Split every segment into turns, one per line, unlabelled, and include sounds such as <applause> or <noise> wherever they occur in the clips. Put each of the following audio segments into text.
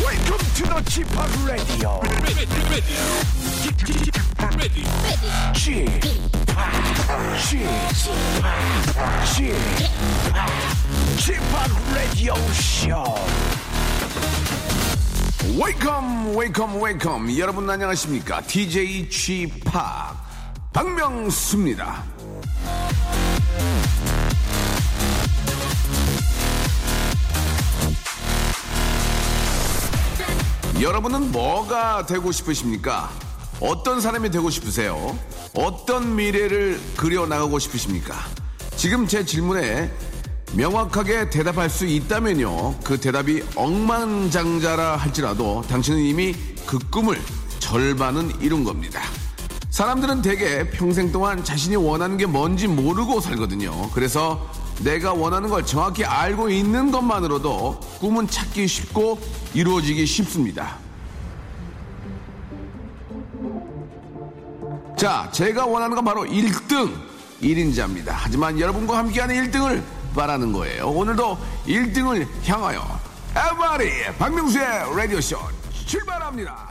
Welcome to the Chip Radio.
ready, ready, ready, ready.
Chip, Chip, Chip, Chip Radio Show.
웨이컴 웨이컴 웨이컴 여러분 안녕하십니까 DJ g 팍 박명수입니다 여러분은 뭐가 되고 싶으십니까 어떤 사람이 되고 싶으세요 어떤 미래를 그려나가고 싶으십니까 지금 제 질문에 명확하게 대답할 수 있다면요 그 대답이 억만장자라 할지라도 당신은 이미 그 꿈을 절반은 이룬 겁니다 사람들은 대개 평생 동안 자신이 원하는 게 뭔지 모르고 살거든요. 그래서 내가 원하는 걸 정확히 알고 있는 것만으로도 꿈은 찾기 쉽고 이루어지기 쉽습니다. 자, 제가 원하는 건 바로 1등 1인자입니다. 하지만 여러분과 함께하는 1등을 바라는 거예요. 오늘도 1등을 향하여 에바리 박명수의 라디오쇼 출발합니다.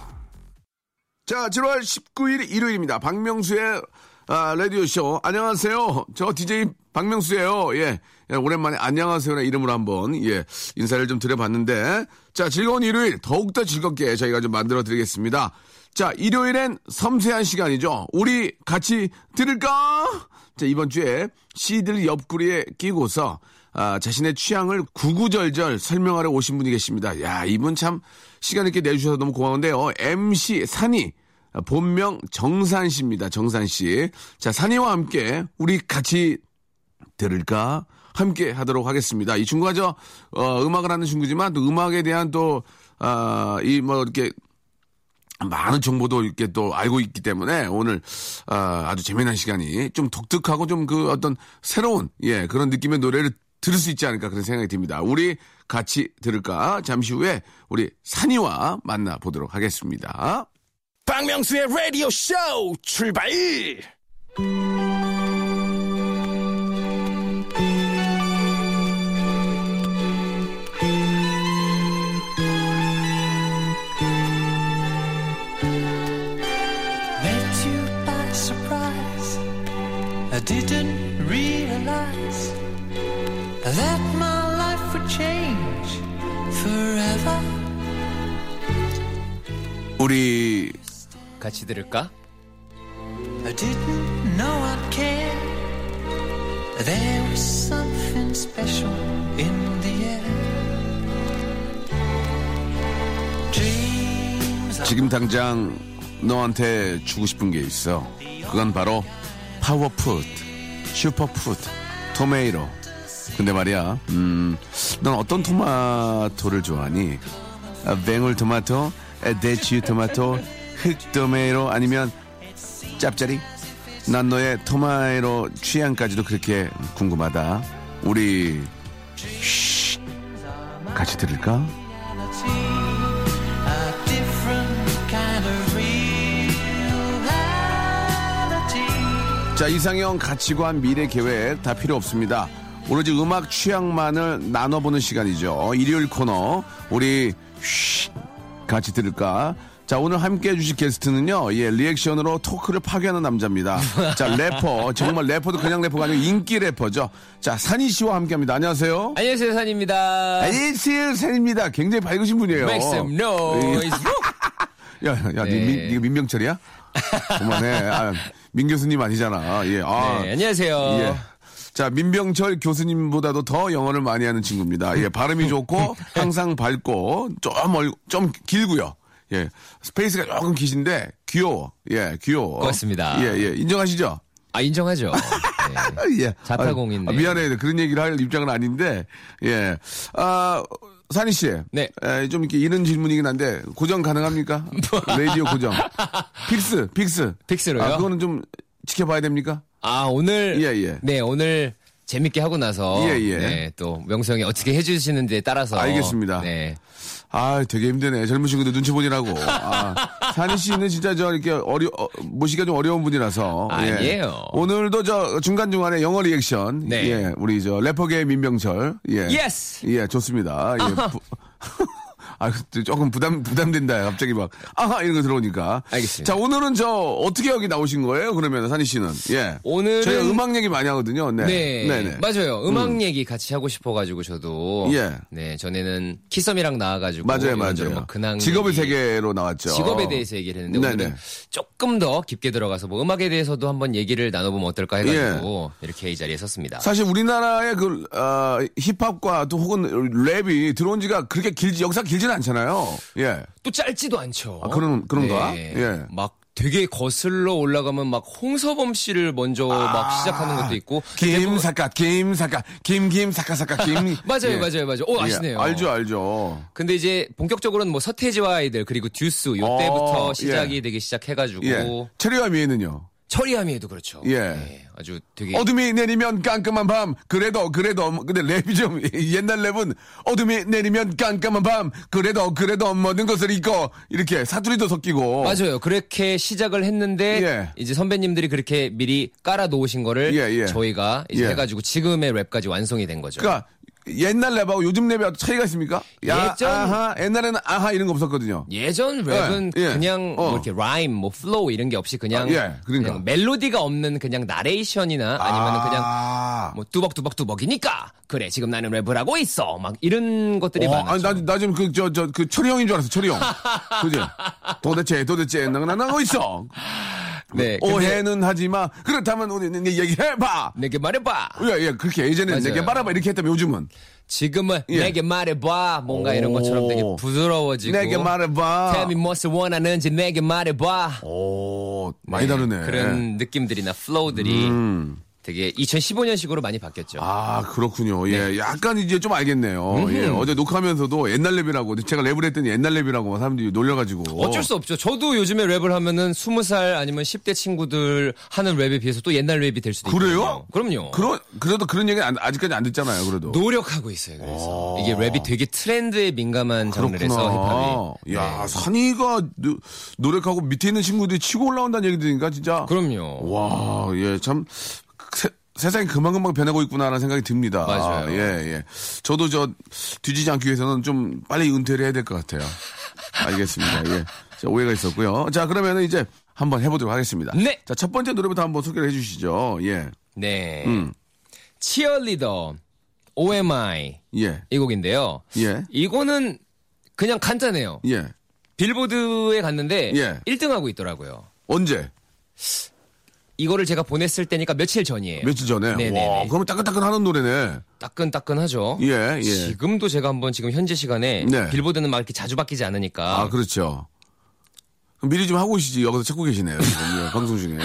자, 7월 19일 일요일입니다. 박명수의 아, 라디오쇼. 안녕하세요. 저 DJ 박명수예요. 예. 예, 오랜만에 안녕하세요라는 이름으로 한번 예, 인사를 좀 드려봤는데 자, 즐거운 일요일 더욱더 즐겁게 저희가 좀 만들어 드리겠습니다. 자, 일요일엔 섬세한 시간이죠. 우리 같이 들을까? 자, 이번 주에 CD를 옆구리에 끼고서 아, 자신의 취향을 구구절절 설명하러 오신 분이 계십니다. 야, 이분 참 시간 있게 내주셔서 너무 고마운데요. MC 산이 아, 본명 정산 씨입니다. 정산 씨. 자, 산이와 함께 우리 같이 들을까? 함께 하도록 하겠습니다. 이 친구가 저, 어, 음악을 하는 친구지만 또 음악에 대한 또, 아, 이 뭐 이렇게 많은 정보도 이렇게 또 알고 있기 때문에 오늘 아, 아주 재미난 시간이 좀 독특하고 좀 그 어떤 새로운 예 그런 느낌의 노래를 들을 수 있지 않을까 그런 생각이 듭니다. 우리 같이 들을까? 잠시 후에 우리 산이와 만나 보도록 하겠습니다.
박명수의 라디오 쇼 출발!
Met you by surprise. I didn't realize that my life would change forever.
우리
같이 들을까?
I didn't know I'd care. There was something special in the air. Dreams are
지금 당장 너한테 주고 싶은 게 있어. 그건 바로 파워푸드, 슈퍼푸드, 토메이로. 근데 말이야, 음, 넌 어떤 토마토를 좋아하니? 아, 뱅울 토마토, 아, 대추 토마토, 흑 토메이로 아니면 짭짜리? 난 너의 토마이로 취향까지도 그렇게 궁금하다. 우리 쉿, 같이 들을까?
a different kind of reality.
자 이상형 가치관 미래 계획 다 필요 없습니다. 오로지 음악 취향만을 나눠보는 시간이죠. 일요일 코너 우리 쉬 같이 들을까? 자 오늘 함께해 주실 게스트는요. 예 리액션으로 토크를 파괴하는 남자입니다. 자 래퍼 정말 래퍼도 그냥 래퍼가 아니고 인기 래퍼죠. 자 산이 씨와 함께합니다. 안녕하세요.
안녕하세요, 산입니다.
아, 안녕하세요 산입니다. 굉장히 밝으신 분이에요.
Make some noise.
야야
네.
민병철이야? 그만해. 아, 민 교수님 아니잖아. 예. 아,
네, 안녕하세요.
예. 자, 민병철 교수님보다도 더 영어를 많이 하는 친구입니다. 예, 발음이
<laughs>
좋고, 항상 밝고, 좀 멀, 좀 길고요. 예. 스페이스가 조금 기신데, 귀여워. 예, 귀여워.
고맙습니다.
예, 예. 인정하시죠?
아, 인정하죠.
<laughs>
네.
아, 예. 아,
자타공인네.
미안해요. 그런 얘기를 할 입장은 아닌데, 예. 아, 산희 씨.
네.
에, 좀 이렇게 이런 질문이긴 한데, 고정
<laughs>
가능합니까? 레디오 고정. 픽스, 픽스.
뭐. 픽스로요?
아, 그거는 좀 지켜봐야 됩니까?
아, 오늘.
예, 예.
네, 오늘 재밌게 하고 나서.
예, 예.
네, 또 명성이 어떻게 해주시는지에 따라서.
알겠습니다.
네.
아, 되게 힘드네. 젊은 친구들 눈치 보느라고. 아, 산희 씨는 진짜 저 이렇게 어려 어, 모시기가 좀 어려운 분이라서. 예.
아니에요.
오늘도 저 중간 중간에 영어 리액션.
네.
예, 우리 저 래퍼계의 민병철. 예.
Yes.
예, 좋습니다. 예. 부- <laughs> 아, 그때 조금 부담, 부담된다. 갑자기 막, 아하! 이런 거 들어오니까.
알겠습니다.
자, 오늘은 저, 어떻게 여기 나오신 거예요? 그러면, 산희 씨는. 예.
오늘은-
저희 음악 얘기 많이 하거든요. 네.
네,
네네.
맞아요. 음악 얘기 같이 하고 싶어가지고 저도
예.
네 전에는 키썸이랑 나와가지고
맞아요,
이런저런
맞아요.
막 근황
직업의
얘기,
세계로 나왔죠.
직업에 대해서 얘기를 했는데
네네.
오늘은 조금 더 깊게 들어가서 뭐 음악에 대해서도 한번 얘기를 나눠보면 어떨까 해가지고 이렇게 이 자리에 섰습니다.
예. 사실 우리나라의 그 어, 힙합과 또 혹은 랩이 들어온 지가 그렇게 길지 역사 길진 않잖아요. 예.
또 짧지도 않죠.
아, 그런- 그런가?
네.
예.
막 되게 거슬러 올라가면 막 홍서범 씨를 먼저
아.
막 시작하는 것도 있고
김사카 김사카 김김사카사카 김.
뭐 <laughs> 맞아요,
예.
맞아요, 맞아요. 오 아시네요.
예, 알죠, 알죠.
근데 이제 본격적으로는 뭐 서태지와 아이들 그리고 듀스 요때부터
어,
시작이
예.
되기 시작해가지고
예. 체리와 미에는요.
처리함이에도 그렇죠.
예.
아주 되게
어둠이 내리면 깜깜한 밤. 그래도 그래도 근데 랩이 좀 <laughs> 옛날 랩은 어둠이 내리면 깜깜한 밤. 그래도 그래도 모든 것을 잊고 이렇게 사투리도 섞이고.
맞아요. 그렇게 시작을 했는데
어. 예.
이제 선배님들이 그렇게 미리 깔아 놓으신 거를
예, 예.
저희가 이제
예.
해가지고 지금의 랩까지 완성이 된 거죠.
그러니까 옛날 랩하고 요즘 랩하고 차이가 있습니까? 야,
예전-
아하, 옛날에는 아하 이런 거 없었거든요.
예전 랩은
예, 예.
그냥 뭐
어.
이렇게 라임, 뭐 플로우 이런 게 없이
아,
그냥,
예, 그러니까.
그냥 멜로디가 없는 그냥 나레이션이나 아니면 은 그냥
아.
뭐 뚜벅뚜벅뚜벅이니까 그래 지금 나는 랩을 하고 있어 막 이런 것들이
어,
많았죠.
아니, 나, 나 지금 그, 저, 저, 그, 철이 형인 줄 알았어, 철이 형.
<laughs>
그지? 도대체, 도대체, 나나나고 있어. 뭐,
네, 근데-
오해는 하지 마. 그렇다면, 우리는 이제 얘기해봐.
내게 말해봐.
예, 예, 그렇게. 예전에는
맞아요.
내게 말아봐. 이렇게 했다면 요즘은.
지금은
예.
내게 말해봐. 뭔가 이런
오.
것처럼 되게 부드러워지고.
내게 말해봐.
Tell me 무엇을 원하는지 내게 말해봐.
오, 많이
네,
다르네. 음.
그런 느낌들이나 플로우들이 되게 2015년식으로 많이 바뀌었죠.
아, 그렇군요. 예,
네.
약간 이제 좀 알겠네요. 예, 어제 녹화하면서도 옛날 랩이라고, 제가 랩을 했더니 옛날 랩이라고 사람들이 놀려가지고.
어쩔 수 없죠. 저도 요즘에 랩을 하면은 20살 아니면 10대 친구들 하는 랩에 비해서 또 옛날 랩이 될 수도
그래요?
있거든요. 그럼요.
그런 그래도 그런 얘기 는 아직까지 안 듣잖아요. 그래도.
노력하고 있어요.
아.
그래서 이게 랩이 되게 트렌드에 민감한 장르라서 힙합이.
야,
네.
산이가 노, 노력하고 밑에 있는 친구들이 치고 올라온다는 얘기 들으니까 진짜.
그럼요.
와, 예, 참. 세, 세상이 금방금방 변하고 있구나라는 생각이 듭니다.
맞아요.
예, 예. 저도 저 뒤지지 않기 위해서는 좀 빨리 은퇴를 해야 될 것 같아요. 알겠습니다. 예. 자, 오해가 있었고요. 자, 그러면 이제 한번 해보도록 하겠습니다.
네.
자, 첫 번째 노래부터 한번 소개를 해주시죠. 예.
네.
음.
치어리더 OMI
예.
이 곡인데요.
예.
이거는 그냥 간단해요.
예.
빌보드에 갔는데
예.
1등하고 있더라고요.
언제?
이거를 제가 보냈을 때니까 며칠 전이에요.
며칠 전에.
예. 네네네.
와, 그러면 따끈따끈 하는 노래네.
따끈따끈하죠.
예, 예.
지금도 제가 한번 지금 현재 시간에
네.
빌보드는 막 이렇게 자주 바뀌지 않으니까
아, 그렇죠. 그럼 미리 좀 하고 오시지. 여기서 찾고 계시네요. 지금. 예, 방송 중에.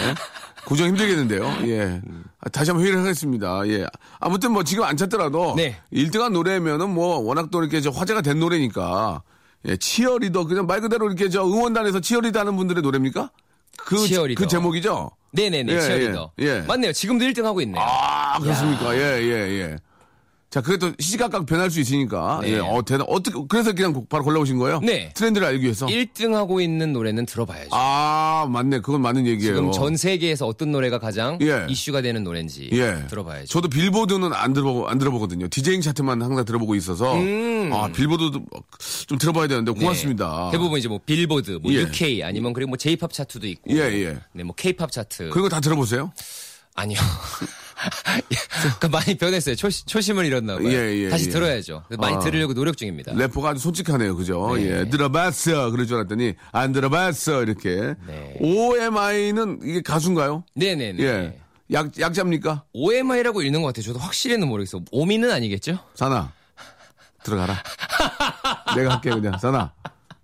고정 힘들겠는데요. 예. 아, 다시 한번 회의를 하겠습니다. 예. 아무튼 뭐 지금 안 찾더라도.
네.
1등한 노래면은 뭐 워낙 또 이렇게 저 화제가 된 노래니까. 예, 치어리더. 그냥 말 그대로 이렇게 저 응원단에서 치어리더 하는 분들의 노래입니까? 그,
치어리더.
그 제목이죠?
네네네
예,
치어리더.
예, 예.
맞네요. 지금도 1등 하고 있네요.
아, 그렇습니까? 예, 예, 예. 자, 그래도 시시각각 변할 수 있으니까.
네.
예, 어, 대단, 어떻게, 그래서 그냥 바로 골라오신 거예요?
네.
트렌드를 알기 위해서?
1등 하고 있는 노래는 들어봐야죠.
아, 맞네. 그건 맞는 얘기예요.
지금 전 세계에서 어떤 노래가 가장
예.
이슈가 되는 노래인지
예.
들어봐야죠.
저도 빌보드는 안 들어보고 안 들어보거든요. 디제잉 차트만 항상 들어보고 있어서 아, 빌보드도 좀 들어봐야 되는데
음. 네.
고맙습니다.
대부분 이제 뭐 빌보드, 뭐
아. 예.
UK 아니면 그리고 뭐 J-팝 차트도 있고,
예, 예.
네, 뭐 K-팝 차트.
그런 거 다 들어보세요.
아니요. <laughs> 그 많이 변했어요. 초시, 초심을 잃었나 봐요.
예, 예,
다시
예.
들어야죠. 많이 들으려고 노력 중입니다.
래퍼가 아주 솔직하네요. 그죠?
네.
예. 들어봤어. 그럴 줄 알았더니 안 들어봤어. 이렇게.
네.
OMI는 이게 가수인가요?
네네네.
예. 약 약자입니까?
OMI라고 읽는 것 같아요. 저도 확실히는 모르겠어요. 오미는 아니겠죠?
사나. 들어가라. 내가 할게 그냥. 사나.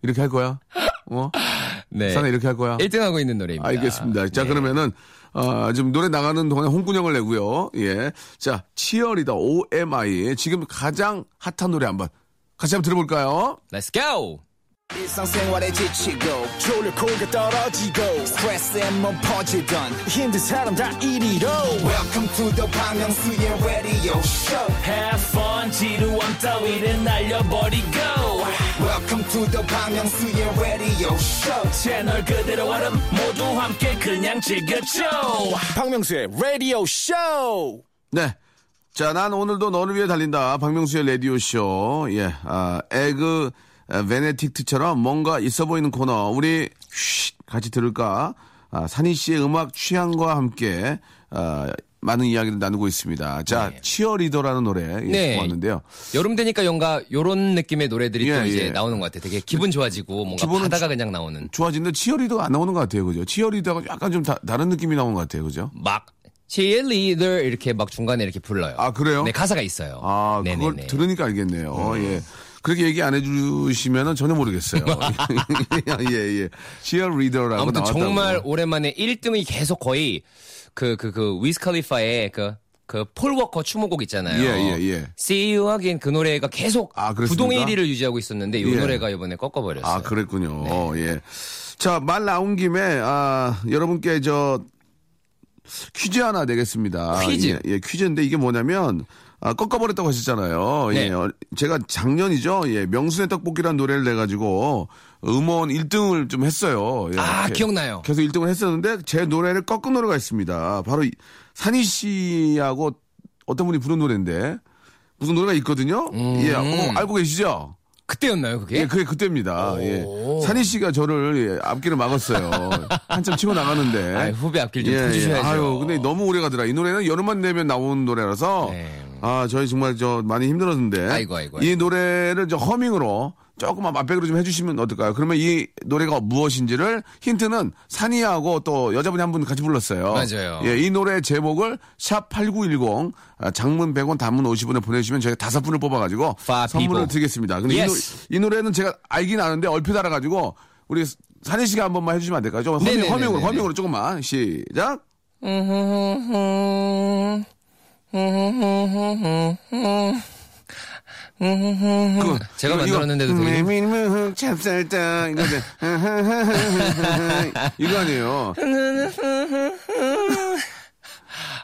이렇게 할 거야? 어?
네.
사나 이렇게 할 거야?
1등하고 있는 노래입니다.
아, 알겠습니다. 자,
네.
그러면은, 아, 지금 노래 나가는 동안에 홍군형을 내고요. 예. 자, 치어리더 OMI. 지금 가장 핫한 노래 한번 같이 한번 들어볼까요?
Let's go!
일상생활에 지치고,
졸려 코가 떨어지고
스트레스에 몸 퍼지던,
힘든 사람 다 이리로
welcome to the Bang Myung-soo's radio show
Have fun 지루함 따위를 날려버리고
welcome to the Bang Myung-soo's radio show
채널 그대로 얼음 모두 함께 그냥 즐겨줘
박명수의 라디오 쇼
네. 자, 난 오늘도 너를 위해 달린다. 박명수의 라디오쇼. 예. 아, 에그, 에, 베네딕트처럼 뭔가 있어 보이는 코너 우리 쉿 같이 들을까? 아, 산희 씨의 음악 취향과 함께 아, 많은 이야기를 나누고 있습니다. 자, 치어리더라는 노래 예,
네.
듣고 왔는데요.
여름 되니까 뭔가 요런 느낌의 노래들이 또
예,
이제
예.
나오는 것 같아요. 되게 기분 좋아지고 뭔가
기분은
바다가 그냥 나오는
좋아지는데 치어리더가 안 나오는 것 같아요, 그죠? 치어리더가 약간 좀 다, 다른 느낌이 나온 것 같아요, 그죠?
막 cheerleader 이렇게 막 중간에 이렇게 불러요.
아, 그래요?
네 가사가 있어요.
아,
네네네. 음.
그걸 들으니까 알겠네요. 어, 예. 그렇게 얘기 안 해주시면 전혀
<laughs>
모르겠어요. <laughs> 예, 예. 치어리더라고
아무튼
나왔다고.
정말 오랜만에 1등이 계속 거의 그 그 그 위스칼리파의 그 그 폴 워커 추모곡 있잖아요.
예, 예, 예.
See You Again 그 노래가 계속
아, 그렇습니까?
부동의 1위를 유지하고 있었는데 이
예.
노래가 이번에 꺾어버렸어요. 네.
아, 그랬군요. 어, 예. 자, 말 나온 김에, 아, 여러분께 저, 퀴즈 하나 내겠습니다.
퀴즈?
예, 예, 퀴즈인데 이게 뭐냐면, 아, 꺾어버렸다고 하셨잖아요. 예,
네.
어, 제가 작년이죠. 예, 명순의 떡볶이라는 노래를 내가지고 음원 1등을 좀 했어요. 예,
아,
게-
기억나요.
계속 1등을 했었는데 제 노래를 꺾은 노래가 있습니다. 바로 이- 산희 씨하고 어떤 분이 부른 노래인데 무슨 노래가 있거든요.
음.
예, 어, 알고 계시죠?
그때였나요 그게?
예, 그게 그때입니다. 예. 산희 씨가 저를 예, 앞길을 막았어요.
<laughs>
한참 치고 나가는데. 예,
아이, 후배 앞길 좀 펴주셔야죠.
아유, 근데 너무 오래 가더라. 이 노래는 여름만 내면 나온 노래라서.
네.
아, 저희 정말 저 많이 힘들었는데.
아이고, 아이고,
이 노래를 저 허밍으로 조금만 맛백으로 좀 해주시면 어떨까요? 그러면 이 노래가 무엇인지를 힌트는 산이하고 또 여자분이 한 분 같이 불렀어요.
맞아요.
예, 이 노래 제목을 샵8910 장문 100원 단문 50원에 보내주시면 저희가 다섯 분을 뽑아가지고
파
선물을
피보.
드리겠습니다. 근데
Yes.
이, 노, 래는 제가 알긴 아는데 얼핏 알아가지고 우리 산희 씨가 한 번만 해주시면 안 될까요? 좀 허밍,
네네네네네.
허밍으로 허밍으로 조금만 시작. 그,
제가
이거, 이거,
만들었는데도 되게-
밀밀무 찹쌀떡 이건데 <laughs> 이거 아니에요.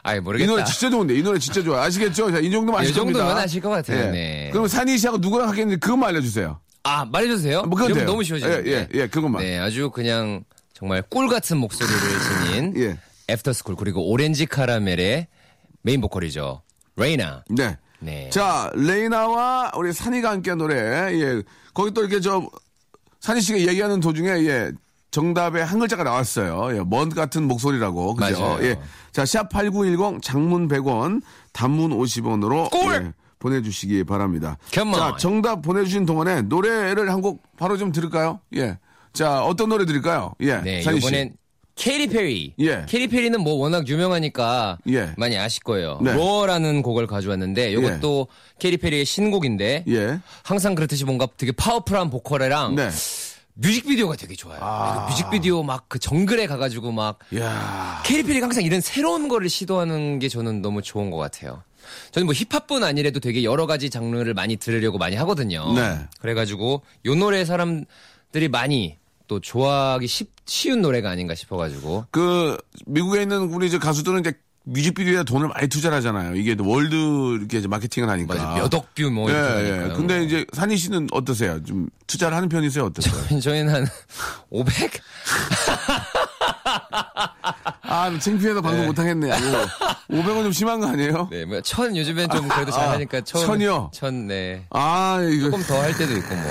아이
이
모르겠다. 예,
노래 진짜 좋은데 이 노래 진짜 좋아요. 아시겠죠? 자, 이 정도면 아실
이 정도면
겁니다.
아실 것 같아요.
예.
네.
그럼 산희 씨하고 누구랑 하겠는지 그것만 알려주세요.
아 말해주세요.
뭐 그건
이러면
돼요.
너무 쉬워지는데.
예, 예, 예, 그것만.
네, 아주 그냥 정말 꿀 같은 목소리를 지닌
예.
애프터스쿨 그리고 오렌지 카라멜의 메인 보컬이죠. 레이나.
네.
네.
자, 레이나와 우리 산이가 함께한 노래. 예. 거기 또 이렇게 저, 산이 씨가 얘기하는 도중에, 예. 정답에 한 글자가 나왔어요. 예. 먼 같은 목소리라고. 그죠?
맞아요.
예. 자, 샵8910 장문 100원, 단문 50원으로. 예,
꿀!
보내주시기 바랍니다.
Come
자,
on.
정답 보내주신 동안에 노래를 한 곡 바로 좀 들을까요? 예. 자, 어떤 노래 들을까요? 예.
네,
산이 씨.
이번엔 케리 페리.
예.
케리 페리는 뭐 워낙 유명하니까
예.
많이 아실 거예요.
네.
로어라는 곡을 가져왔는데 이것도 케리 페리의 신곡인데
예.
항상 그렇듯이 뭔가 되게 파워풀한 보컬이랑
네.
뮤직비디오가 되게 좋아요. 그 뮤직비디오 막 그 정글에 가가지고 막
야
캐리 페리가 항상 이런 새로운 거를 시도하는 게 저는 너무 좋은 것 같아요. 저는 뭐 힙합뿐 아니래도 되게 여러 가지 장르를 많이 들으려고 많이 하거든요.
네.
그래가지고 요 노래 사람들이 많이 또 좋아하기 쉽- 쉬운 노래가 아닌가 싶어가지고
그 미국에 있는 우리 이제 가수들은 이제 뮤직비디오에 돈을 많이 투자를 하잖아요. 이게 또 월드 이렇게 이제 마케팅을 하니까.
맞아 몇억뷰 뭐
예,
이렇게
예.
하니까요.
근데 이제 산희 씨는 어떠세요? 좀 투자를 하는 편이세요? 어떠세요?
<laughs> 저희는 한 500?
아, 창피해서 방송 못 하겠네.
<laughs>
아니, 500원 좀 심한 거 아니에요?
네, 뭐천 요즘엔 좀 그래도 잘하니까 천
아, 천이요?
천 네.
아, 이거
조금 더 할 때도 있고 뭐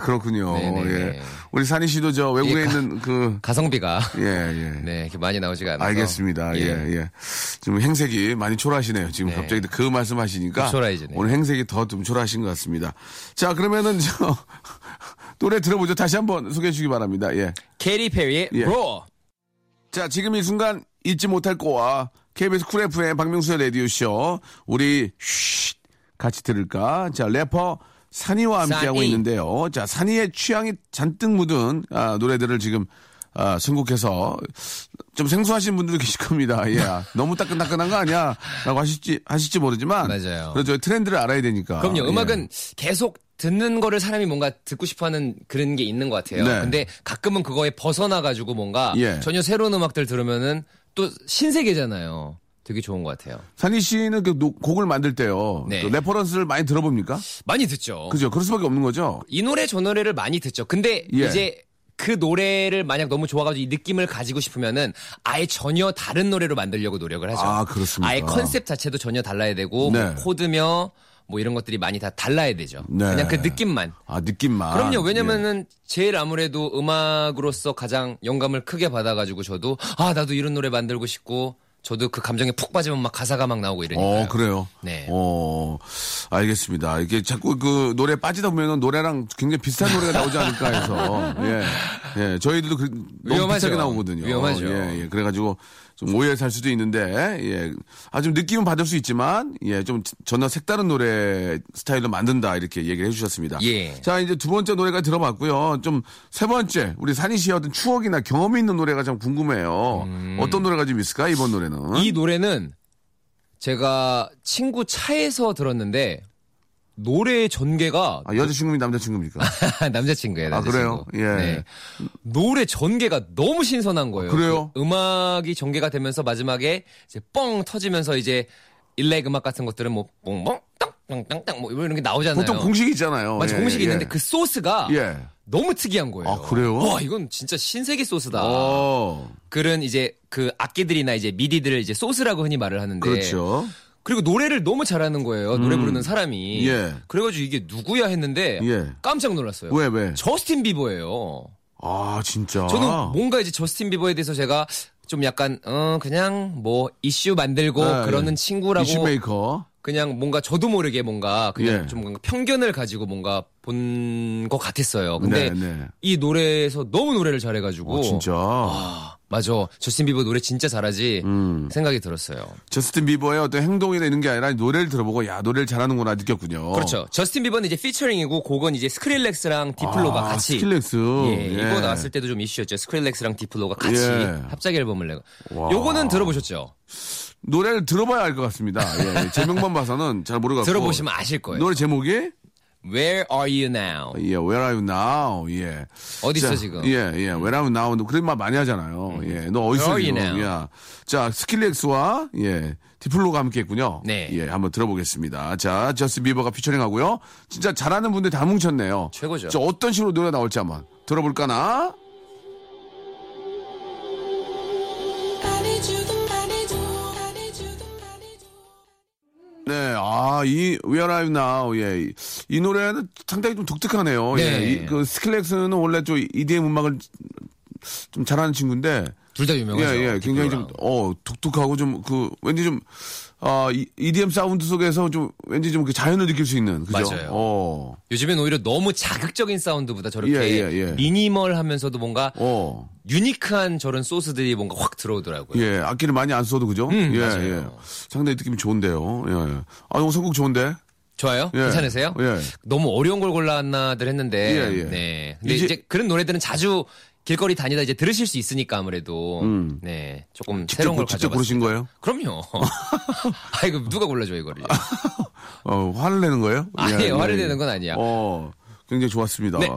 그렇군요.
네, 네,
예.
네.
우리 산희 씨도 저 외국에
예, 가-
있는 그
가성비가
예, 예.
네 이렇게 많이 나오지가 않아서
알겠습니다. 예, 예. 좀 행색이 많이 초라하시네요. 지금 갑자기 그 말씀 하시니까.
초라해지네요.
오늘 행색이 더 좀 초라하신 것 같습니다. 자, 그러면은 저, <laughs> 노래 들어보죠. 다시 한번 소개해 주기 바랍니다. 예.
캐리 페리의
예.
로
자, 지금 이 순간 잊지 못할 거와 KBS 쿨 FM의 박명수의 라디오쇼. 우리 쉿 같이 들을까? 자, 래퍼 산이와 함께하고
산이.
있는데요. 자, 산이의 취향이 잔뜩 묻은 아, 노래들을 지금 아, 선곡해서 좀 생소하신 분들도 계실 겁니다.
<laughs>
예. 너무 따끈따끈한 거 아니야? 라고 하실지, 하실지 모르지만.
맞아요.
그래도 저희 트렌드를 알아야 되니까.
그럼요.
예.
음악은 계속 듣는 거를 사람이 뭔가 듣고 싶어하는 그런 게 있는 것 같아요.
네.
근데 가끔은 그거에 벗어나 가지고 뭔가
예.
전혀 새로운 음악들 들으면은 또 신세계잖아요. 되게 좋은 것 같아요.
산이 씨는 그 노- 곡을 만들 때요.
네.
그 레퍼런스를 많이 들어봅니까?
많이 듣죠.
그죠. 그럴 수밖에 없는 거죠.
이 노래 저 노래를 많이 듣죠. 근데
예.
이제 그 노래를 만약 너무 좋아가지고 이 느낌을 가지고 싶으면은 아예 전혀 다른 노래로 만들려고 노력을 하죠.
아, 그렇습니까?
아예 컨셉 자체도 전혀 달라야 되고
네.
뭐 코드며 뭐 이런 것들이 많이 다 달라야 되죠.
네.
그냥 그 느낌만.
아 느낌만.
그럼요.
예.
왜냐면은 제일 아무래도 음악으로서 가장 영감을 크게 받아가지고 저도 아 나도 이런 노래 만들고 싶고 저도 그 감정에 푹 빠지면 막 가사가 막 나오고 이러니까요.
어 그래요.
네.
어 알겠습니다. 이게 자꾸 그 노래 빠지다 보면은 노래랑 굉장히 비슷한 노래가 나오지 않을까
<laughs>
해서 예, 예 저희들도 그, 너무
위험하죠.
비슷하게 나오거든요.
위험하죠.
예, 예. 그래가지고 좀 오해 살 수도 있는데 예, 아좀 느낌은 받을 수 있지만 예, 좀 전혀 색다른 노래 스타일로 만든다 이렇게 얘기를 해주셨습니다.
예.
자 이제 두 번째 노래가 들어봤고요. 좀 세 번째 우리 산이 씨의 어떤 추억이나 경험이 있는 노래가 참 궁금해요. 어떤 노래가 좀 있을까 이번 노래는?
음. 이 노래는 제가 친구 차에서 들었는데 노래의 전개가
아, 여자친구입니까
<laughs>
남자친구입니까?
남자친구예요.
아,
남자친구. 네.
그래요? 예.
노래 전개가 너무 신선한 거예요.
아, 그래요?
그 음악이 전개가 되면서 마지막에 이제 뻥 터지면서 이제 일렉 음악 같은 것들은 뭐 뽕뽕 땅땅땅땅 뭐 이런 게 나오잖아요.
보통 공식이 있잖아요.
맞아
예,
공식이
예.
있는데 그 소스가
예.
너무 특이한 거예요.
아, 그래요?
와 이건 진짜 신세계 소스다.
어.
그런 이제 그 악기들이나 이제 미디들을 이제 소스라고 흔히 말을 하는데
그렇죠. 음.
그리고 노래를 너무 잘하는 거예요. 노래 부르는 사람이.
예.
그래가지고 이게 누구야 했는데
예.
깜짝 놀랐어요.
왜, 왜?
저스틴 비버예요.
아, 진짜.
저는 뭔가 이제 저스틴 비버에 대해서 제가 좀 약간 어 그냥 뭐 이슈 만들고
네,
그러는
예.
친구라고
이슈메이커.
그냥 뭔가 저도 모르게 뭔가 그냥
예.
좀 뭔가 편견을 가지고 뭔가 본 것 같았어요. 근데
네, 네.
이 노래에서 너무 노래를 잘해가지고
어, 진짜.
아, 맞아 저스틴 비버 노래 진짜 잘하지
음.
생각이 들었어요.
저스틴 비버의 어떤 행동이나 이런 게 아니라 노래를 들어보고 야, 노래를 잘하는구나 느꼈군요.
그렇죠. 저스틴 비버는 이제 피처링이고 곡은 이제 스크릴렉스랑 디플로가
아,
같이
스킬렉스.
예, 이거 나왔을 때도 좀 이슈였죠. 스크릴렉스랑 디플로가 같이
예.
합작 앨범을 내고 요거는 들어보셨죠?
노래를 들어봐야 알 것 같습니다. 예, 예. 제목만 봐서는 잘 모르겠고.
들어보시면 아실 거예요.
그 노래 제목이?
Where are you now?
예, Where Are You Now? 예.
어디 있어,
자,
지금? 음.
예, 예. Where Are You Now? 그런 말 많이 하잖아요. 예, 너 어디 있어
Where are
지금?
you now?
야. 자, 스킬렉스와 예, 디플로가 함께했군요.
네.
예, 한번 들어보겠습니다. 자, 저스 비버가 피처링하고요. 진짜 잘하는 분들 다 뭉쳤네요.
최고죠.
저 어떤 식으로 노래 나올지 한번 들어볼까나?
I need you, I need you, I need you, I need you.
네, 아, 이, Where Are You Now? 예. 이- 이 노래는 상당히 좀 독특하네요.
네.
예. 이, 그 스킬렉스는 원래 좀 EDM 음악을 좀 잘하는 친구인데
둘 다 유명하죠.
예, 예, 굉장히
디플로랑.
좀, 어, 독특하고 좀, 그, 왠지 좀, 아, 이- EDM 사운드 속에서 좀, 왠지 좀 그 자연을 느낄 수 있는, 그죠?
맞아요.
어,
요즘엔 오히려 너무 자극적인 사운드보다 저렇게
예, 예, 예.
미니멀하면서도 뭔가
어,
유니크한 저런 소스들이 뭔가 확 들어오더라고요. 음,
예, 악기를 많이 안 써도, 그죠? 예,
맞아요.
예. 상당히 느낌이 좋은데요. 예, 예. 아, 오늘 선곡 좋은데?
좋아요?
예.
괜찮으세요?
예.
너무 어려운 걸 골랐나들 했는데
예, 예.
네. 근데
이제-
이제, 그런 노래들은 자주 길거리 다니다 이제 들으실 수 있으니까 아무래도 네 조금 새로운 걸
음. 직접, 직접
가져봤어요.
고르신 거예요?
그럼요. <laughs> 아 이거 누가 골라줘 이거를?
어, 화를 내는 예, 거예요?
아니, 화를 내는 건 아니야.
어, 굉장히 좋았습니다.
네.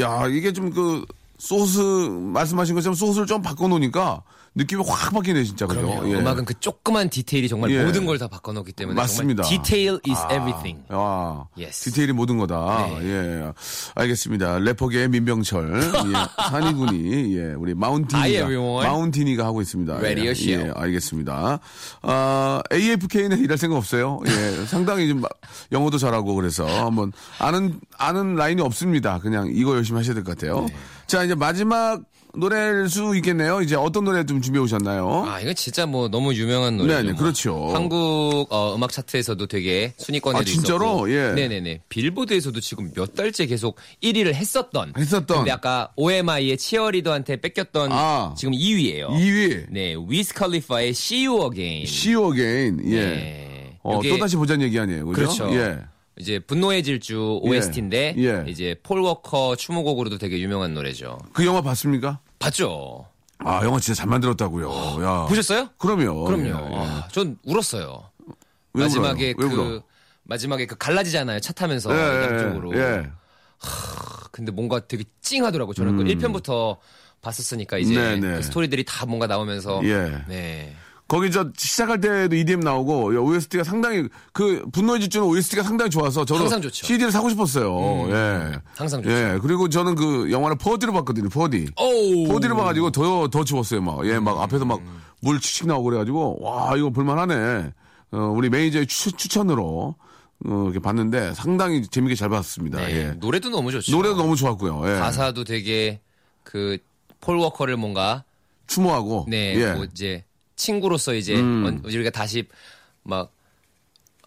야, 이게 좀 그, 소스, 말씀하신 것처럼 소스를 좀 바꿔놓으니까 느낌이 확 바뀌네, 진짜. 그죠?
그럼요.
예.
음악은 그 조그만 디테일이 정말
예.
모든 걸 다 바꿔놓기 때문에
맞습니다.
정말 디테일 is everything.
아,
Yes. 네.
디테일이 모든 거다. 예, 알겠습니다. 래퍼계
<laughs>
민병철, 예, 산이군이, 예, 우리
Hi,
마운틴이가,
everyone.
마운틴이가 하고 있습니다.
Radio
예,
show.
예, 알겠습니다. 아, AFK는 일할 생각 없어요. 예, 상당히 좀 마- 영어도 잘하고 그래서 한번 아는 아는 라인이 없습니다. 그냥 이거 열심히 하셔야 될 것 같아요.
네.
자, 이제 마지막 노래일 수 있겠네요. 이제 어떤 노래 좀 준비해 오셨나요?
아 이건 진짜 뭐 너무 유명한 노래죠.
어? 네, 네,
뭐.
그렇죠.
한국 어, 음악 차트에서도 되게 순위권에도
아, 진짜로?
있었고,
예.
네네네. 빌보드에서도 지금 몇 달째 계속 1위를 했었던.
했었던.
근데 아까 OMI의 치어리더한테 뺏겼던
아.
지금 2위예요.
2위,
네, 위스칼리파의 See You Again.
See You Again. 예.
네.
어,
요게
또 다시 보자는 얘기 아니에요. 그죠?
그렇죠.
예.
이제 분노의 질주 OST인데
예.
이제 폴 워커 추모곡으로도 되게 유명한 노래죠.
그 영화 봤습니까?
봤죠?
아, 영화 진짜 잘 만들었다고요. 야.
보셨어요?
그럼요.
그럼요.
예, 예.
아, 전 울었어요.
왜
마지막에
울어요? 왜
그
울어?
마지막에 그 갈라지잖아요. 차 타면서
예,
양쪽으로.
예, 예.
근데 뭔가 되게 찡하더라고. 저는 그 1편부터 봤었으니까 이제
음. 네, 네.
그 스토리들이 다 뭔가 나오면서
예.
네.
거기 저 시작할 때도 EDM 나오고 야, OST가 상당히 그 분노의 질주는 OST가 상당히 좋아서 저도
항상 좋죠. 음,
CD를 사고 싶었어요. 예.
항상 좋죠.
예. 그리고 저는 그 영화를 4D로 봤거든요. 4D.
오!
4D로 봐가지고 더, 더 좋았어요. 막. 예, 막 앞에서 막 물 칙칙 나오고 그래가지고, 와, 이거 볼만하네. 어, 우리 매니저의 추, 천으로 어, 이렇게 봤는데 상당히 재밌게 잘 봤습니다.
네,
예.
노래도 너무 좋죠.
노래도 너무 좋았고요. 예.
가사도 되게 그 폴워커를 뭔가
추모하고.
네,
예. 음.
뭐 이제 친구로서 이제 언- 우리가 다시 막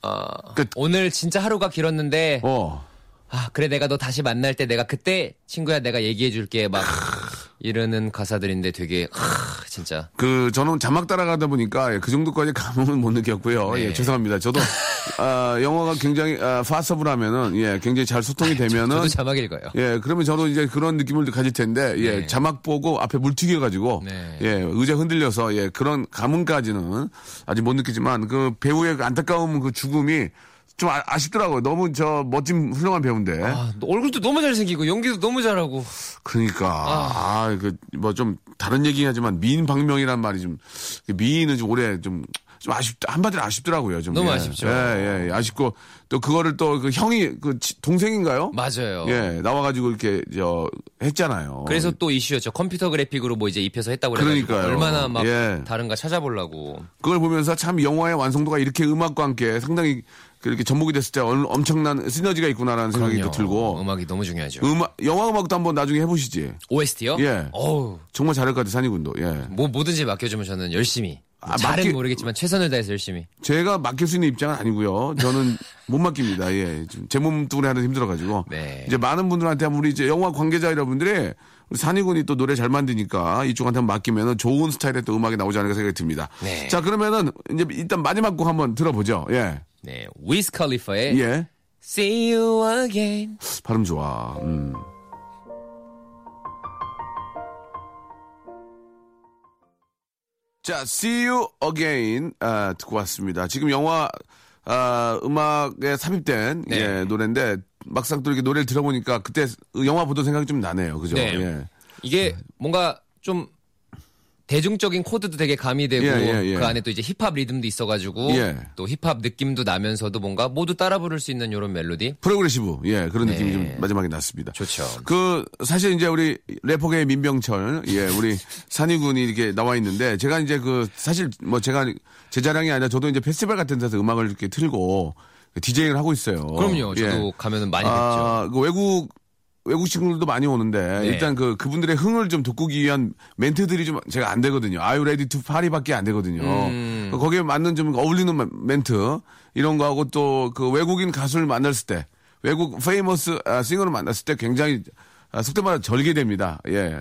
어,
끝.
오늘 진짜 하루가 길었는데
그 어.
아 그래 내가 너 다시 만날 때 내가 그때 친구야 내가 얘기해줄게 막 이러는 가사들인데 되게 하, 진짜
그 저는 자막 따라가다 보니까 예, 그 정도까지 감흥은 못 느꼈고요.
네.
예, 죄송합니다.
<laughs>
저도 아, 영어가 굉장히 아, 파서블 하면은 예, 굉장히 잘 소통이 되면은
저도 자막 읽어요.
예, 그러면 저도 이제 그런 느낌을 가질 텐데, 예,
네.
자막 보고 앞에 물튀기 해가지고,
네.
예, 의자 흔들려서, 예, 그런 감흥까지는 아직 못 느끼지만, 그 배우의 그 안타까움 그 죽음이 좀 아, 쉽더라고요 너무 저 멋진 훌륭한 배우인데.
아, 얼굴도 너무 잘생기고 연기도 너무 잘하고
그러니까, 아, 그, 뭐 좀 다른 얘기긴 하지만 미인 방명이란 말이 좀, 미인은 좀 올해 좀, 좀 아쉽, 한마디로 아쉽더라고요. 좀.
너무
예.
아쉽죠.
예, 예, 예, 아쉽고, 또 그거를 또 그 형이, 그 지- 동생인가요?
맞아요.
예, 나와가지고 이렇게, 저, 했잖아요.
그래서 또 이슈였죠. 컴퓨터 그래픽으로 뭐 이제 입혀서 했다고 그래가지고
그러니까요.
얼마나 막
예.
다른가 찾아보려고.
그걸 보면서 참 영화의 완성도가 이렇게 음악과 함께 상당히 그렇게 접목이 됐을 때 얼- 엄청난 시너지가 있구나라는 생각이 또
그럼요.
들고
음악이 너무 중요하죠.
음악 영화 음악도 한번 나중에 해보시지
OST요?
예.
어우,
정말 잘할 것 같아 산이군도 예
뭐 뭐든지 맡겨주면 저는 열심히.
아,
잘은
맡기-
모르겠지만 최선을 다해서 열심히.
제가 맡길 수 있는 입장은 아니고요
<laughs>
저는 못 맡깁니다 예제몸 때문에 하는 힘들어가지고
네.
이제 많은 분들한테 한번 우리 이제 영화 관계자 여러분들이 우리 산이군이 또 노래 잘 만드니까 이쪽한테 한번 맡기면 좋은 스타일의 또 음악이 나오지 않을까 생각이 듭니다
네.
자 그러면은 이제 일단 마지막 곡 한번 들어보죠 예
네, 위스 칼리퍼의
예.
See You Again.
발음 좋아. 음. 자, See You Again 아, 듣고 왔습니다. 지금 영화 아, 음악에 삽입된
네.
예, 노래인데 막상 또 이렇게 노래를 들어보니까 그때 영화 보던 생각이 좀 나네요. 그죠?
네.
예.
이게 뭔가 좀 대중적인 코드도 되게 가미되고
예, 예, 예.
그 안에 또 이제 힙합 리듬도 있어가지고
예.
또 힙합 느낌도 나면서도 뭔가 모두 따라 부를 수 있는 이런 멜로디
프로그레시브 예 그런
네.
느낌이 좀 마지막에 났습니다.
좋죠.
그 사실 이제 우리 래퍼계의 민병철 예 우리 산이군이 이렇게 나와 있는데 제가 이제 그 사실 뭐 제가 제 자랑이 아니라 저도 이제 페스티벌 같은 데서 음악을 이렇게 틀고 디제잉을 하고 있어요.
그럼요. 저도
예.
가면은 많이 듣죠. 네.
아, 그 외국 외국 친구들도 많이 오는데 일단 그 그분들의 흥을 좀 돋구기 위한 멘트들이 좀 제가 안 되거든요. 아유 레디 투 파리밖에 안 되거든요.
음.
그 거기에 맞는 좀 어울리는 멘- 멘트 이런 거하고 또 그 외국인 가수를 만났을 때 외국 페이머스 아, 싱어를 만났을 때 굉장히 아, 속대마다 절개됩니다.
<laughs>
예,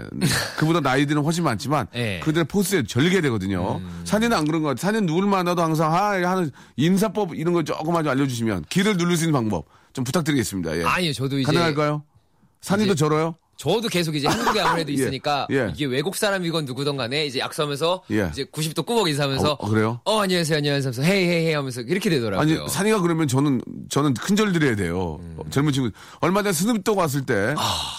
그보다 나이들은 훨씬 많지만
예.
그들의 포스에 절개되거든요.
음.
산이는 안 그런 것 같아요. 산이는 누굴 만나도 항상 아, 하이 하는 인사법 이런 걸 조금만 좀 알려주시면 길을 누를 수 있는 방법 좀 부탁드리겠습니다. 예.
아니요, 저도 이제
가능할까요? 산이도 저러요?
저도 계속 이제 한국에 아무래도
<laughs> 예,
있으니까
예.
이게 외국 사람이건 누구든 간에 이제 악수하면서
예.
이제 90도 꾸벅 인사하면서
어, 어, 그래요?
어, 안녕하세요 안녕하세요 하면서 헤이 헤이 헤이 하면서 이렇게
아니
되더라고요. 음.
산이가 그러면 저는 저는 큰절 드려야 돼요. 어, 젊은 친구 얼마 전에 스눕독 왔을 때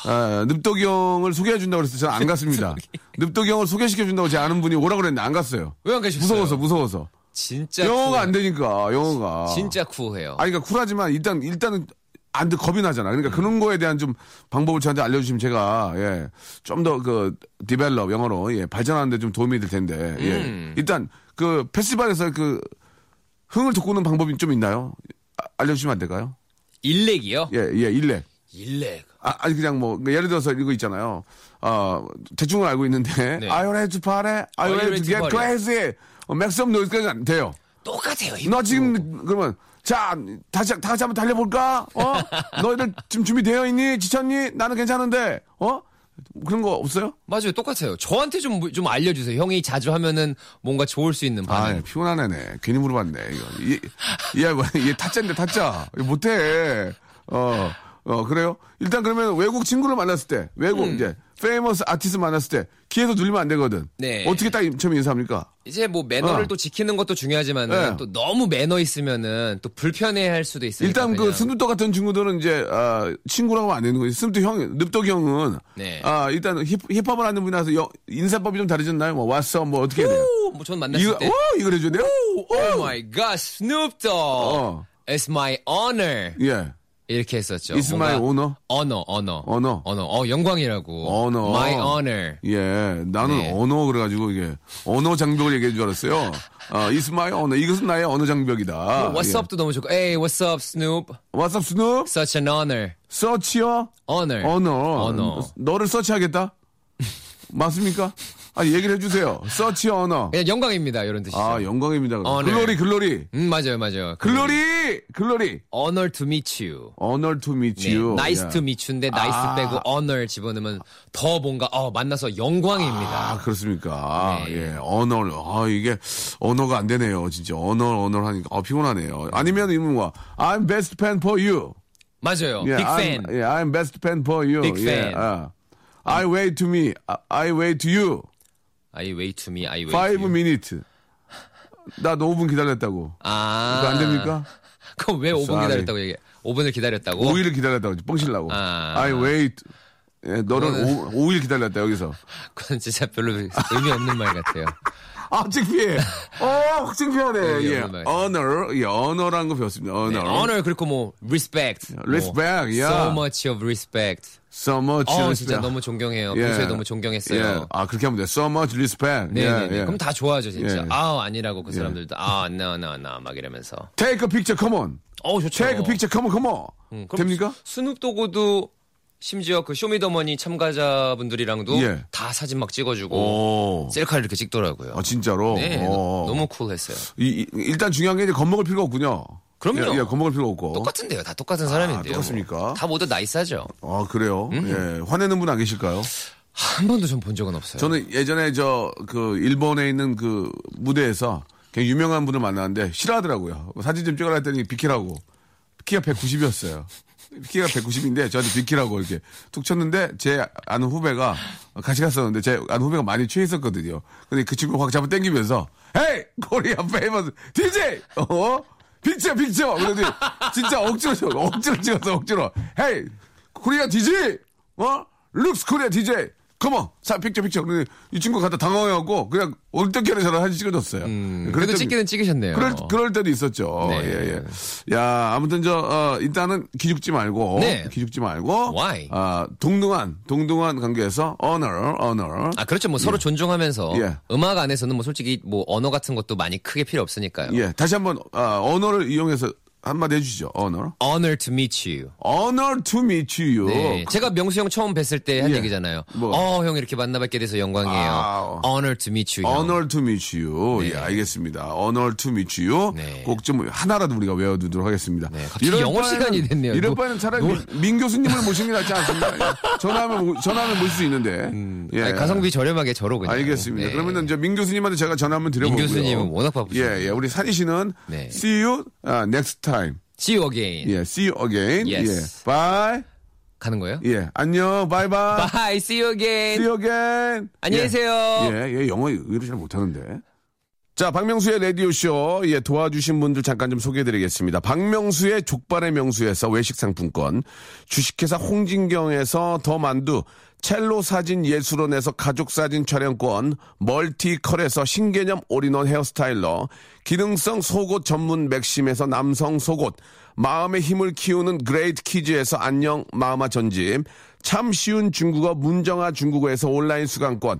아, 늪독이 형을 소개해 준다고 그래서 저는 안 갔습니다. 늪독이 형을 소개시켜 준다고 제 아는 분이 오라 그랬는데 안 갔어요.
왜 안 가셨어요?
무서워서 무서워서
진짜
영어가
쿨-
안 되니까 영어가
진짜 쿠해요.
아니, 그러니까 쿨하지만 일단 일단은 안 돼, 겁이 나잖아. 그러니까
음.
그런 거에 대한 좀 방법을 저한테 알려주시면 제가 예, 좀 더 그 디벨롭 영어로 예, 발전하는데 좀 도움이 될 텐데 예.
음.
일단 그 페스티벌에서 그 흥을 돋구는 방법이 좀 있나요? 아, 알려주시면 안 될까요?
일렉이요?
예, 예, 일렉.
일렉.
아, 아니 그냥 뭐 예를 들어서 이거 있잖아요. 어, 대충은 알고 있는데
네.
I want to party, I
I
want
ready
to
to
get
party.
crazy, 어, make some noise까지 안 돼요.
똑같아요. 이-
너 지금 그러면 자 다시 다 같이 한번 달려볼까? 어? 너희들 지금 준비되어 있니? 지쳤니? 나는 괜찮은데 어? 그런 거 없어요?
맞아요, 똑같아요. 저한테 좀 좀 알려주세요. 형이 자주 하면은 뭔가 좋을 수 있는
아,
반응.
피곤한 애네. 괜히 물어봤네. 이거 얘얘 타짜인데 타짜 이거 못해. 어. 어 그래요? 일단 그러면 외국 친구를 만났을 때 외국
음.
이제 페이머스 아티스트 만났을 때 기에서 눌리면 안 되거든.
네.
어떻게 딱 처음 인사합니까?
이제 뭐 매너를
어.
또 지키는 것도 중요하지만은
네.
또 너무 매너 있으면은 또 불편해할 수도 있으니까.
일단 그
네, 그냥.
스눕독 같은 친구들은 이제 아, 친구라고 하면 안 되는 거지. 스눕독 형, 늪독 형은
네.
아 일단 힙, 힙합을 하는 분이라서 여- 인사법이 좀 다르잖아요. 뭐 왔어, 뭐 어떻게 해야 돼요?
오, 뭐전 만났을
이거 어?
때.
오 이걸 해줘야 돼요. 오, 오.
Oh my God, Snoop Dogg.
어.
It's my honor.
예.
이렇게 했었죠.
It's my
뭔가
honor?
언어, 언어,
honor.
언어. 어, 영광이라고.
언어.
My honor.
예, 나는
네.
언어 그래가지고 이게 언어 장벽을 얘기해 줄 알았어요. 아, it's my honor. 이것은 나의 언어 장벽이다.
뭐, What's
예.
up도 너무 좋고. Hey, what's up, Snoop?
What's up, Snoop?
Such an honor.
서치어
Honor.
언어.
네. 언어.
너를 서치하겠다. 맞습니까? 아, 얘기를 해주세요. 서치 언어.
그냥 영광입니다. 이런 뜻이죠.
아, 그 영광입니다.
honor.
글로리, 글로리,
음, 맞아요, 맞아요.
글로리, 글로리.
honor to meet you.
Honor to meet
음. 네,
you.
nice
예.
to meet you인데 nice
아.
빼고 honor 집어넣으면 더 뭔가 어, 만나서 영광입니다.
아, 그렇습니까.
네.
예, 언어. 아, 이게 언어가 안 되네요. 진짜 언어, 언어 하니까 어, 피곤하네요.
음.
아니면 이분 뭐, I'm best fan for you.
맞아요.
예,
빅 팬.
I'm, 예, I'm best fan for you.
어, Big
예,
fan.
아. I wait to me. I, I wait to you.
I wait to me. I wait. to
Five
you.
minutes. 나 5분 기다렸다고.
아.
그거 안 됩니까?
그럼 왜 5분
Sorry.
기다렸다고 얘기해? 5분을 기다렸다고?
5일 기다렸다고 뻥실라고.
어. 아.
I wait. 예, 너는 오 5일 기다렸다 여기서.
그건 진짜 별로 의미 없는 말
<laughs>
같아요.
아 창피해. <laughs> 어 창피하네. 예.
없는 말.
honor. 예, honor란 거 배웠습니다.
네,
honor.
honor 그리고 뭐 respect. 뭐,
Respect, 야.
So much of respect.
So much.
어,
respect.
진짜 너무 존경해요.
예.
평소에 너무 존경했어요.
예. 아 그렇게 하면 돼. So much respect.
네,
예,
네, 네.
예.
그럼 다 좋아하죠, 진짜.
예.
아, 아니라고 그 사람들도 아, no, no, no 막 이러면서.
Take a picture. Come on.
어, 좋죠.
Take a picture. Come on. Come on.
그럼
됩니까?
스눕도고도 심지어 그 쇼미더머니 참가자분들이랑도
예.
다 사진 막 찍어주고
오.
셀카를 이렇게 찍더라고요.
아 진짜로.
네,
어.
너무 쿨했어요.
이- 이- 일단 중요한 게 이제 겁먹을 필요가 없군요.
그럼요.
예, 예, 겁먹을 필요 없고.
똑같은데요. 다 똑같은 사람인데요.
아, 똑같습니까?
다 모두 나이스하죠.
아 그래요.
음.
예. 화내는 분 안 계실까요?
한 번도 전 본 적은 없어요.
저는 예전에 저 그 일본에 있는 그 무대에서 굉장히 유명한 분을 만났는데 싫어하더라고요. 사진 좀 찍으라 했더니 비키라고. 키가 190이었어요. 키가 190인데 저한테 비키라고 이렇게 툭 쳤는데 제 아는 후배가 같이 갔었는데 제 아는 후배가 많이 취했었거든요. 근데 그 친구 확 잡아 당기면서 헤이 코리아 페이머스 DJ 어 빅쳐 빅쳐 그래도 진짜 억지로 찍어 억지로 찍어서 억지로 헤이 코리아 DJ 어 룩스 코리아 DJ 컴온 사 픽쳐 픽쳐 근데 이 친구 갖다 당황해갖고 그냥 얼떨결에 저를 사진 찍어줬어요.
음, 그래도
그랬더니-
찍기는 찍으셨네요.
그럴, 그럴 때도 있었죠.
네.
예, 예. 야, 아무튼 저, 어, 일단은 기죽지 말고.
네.
기죽지 말고.
Why?
아, 동등한, 동등한 관계에서 honor, honor.
아 그렇죠. 뭐 서로 존중하면서
예.
음악 안에서는 뭐 솔직히 뭐 언어 같은 것도 많이 크게 필요 없으니까요.
예. 다시 한 번, 아, honor를 이용해서 한마디 해주시죠. honor.
Honor to meet you.
honor to meet you.
네. 제가 명수 형 처음 뵀을 때 한
어. 예.
얘기잖아요.
뭐.
어, 형 이렇게 만나뵙게 돼서 영광이에요.
아.
Honor to meet you. 형.
honor to meet you. 예, 알겠습니다. honor to meet you.
네.
꼭 좀 하나라도 우리가 외워두도록 하겠습니다.
네, 갑자기 영어 시간이 됐네요.
이럴
노-
바에는 차라리 민, 민 교수님을 모시는 게 낫지 않습니까?
<laughs>
예. 전화하면, 모- 전화하면 모실 수 있는데. 예.
음. 아니, 가성비 저렴하게 저로 그냥.
알겠습니다.
네.
그러면은 이제 민 교수님한테 제가 전화 한번 드려보고요.
민 교수님은 워낙 바쁘시죠.
예, 예. 우리 산희 씨는
네.
see you 아, next time.
See you again.
예, see you again.
Yes.
예, bye.
가는 거예요?
예, 안녕, bye bye.
Bye. See you again.
See you again.
안녕히
예.
계세요.
예, 예, 영어 의외로 잘 못하는데. 자, 박명수의 라디오쇼, 예, 도와주신 분들 잠깐 좀 소개해드리겠습니다. 박명수의 족발의 명수에서 외식상품권, 주식회사 홍진경에서 더 만두, 첼로 사진 예술원에서 가족사진 촬영권, 멀티컬에서 신개념 올인원 헤어스타일러, 기능성 속옷 전문 맥심에서 남성 속옷, 마음의 힘을 키우는 그레이트 키즈에서 안녕 마마 전집, 참 쉬운 중국어 문정아 중국어에서 온라인 수강권,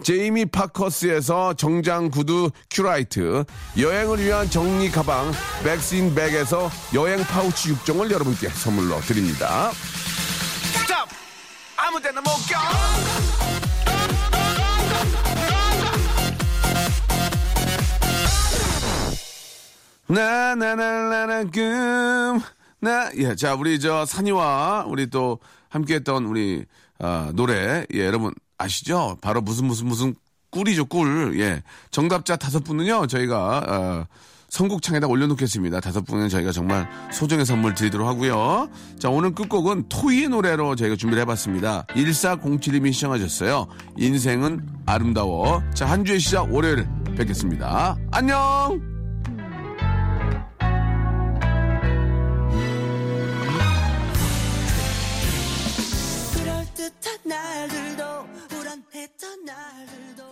제이미 파커스에서 정장 구두 큐라이트, 여행을 위한 정리 가방 백스인 백에서 여행 파우치 6종을 여러분께 선물로 드립니다. 나나나나나금 나. 예, 자 우리 저 산이와 우리 또 함께했던 우리 아, 노래 예 여러분 아시죠? 바로 무슨 무슨 무슨 꿀이죠 꿀. 예, 정답자 다섯 분은요 저희가 아, 선곡창에다 올려놓겠습니다. 다섯 분은 저희가 정말 소정의 선물 드리도록 하고요. 자, 오늘 끝곡은 토이의 노래로 저희가 준비를 해봤습니다. 1407님이 시청하셨어요. 인생은 아름다워. 자, 한 주의 시작 월요일 뵙겠습니다. 안녕!
그럴듯한 날들도 우울했던 날들도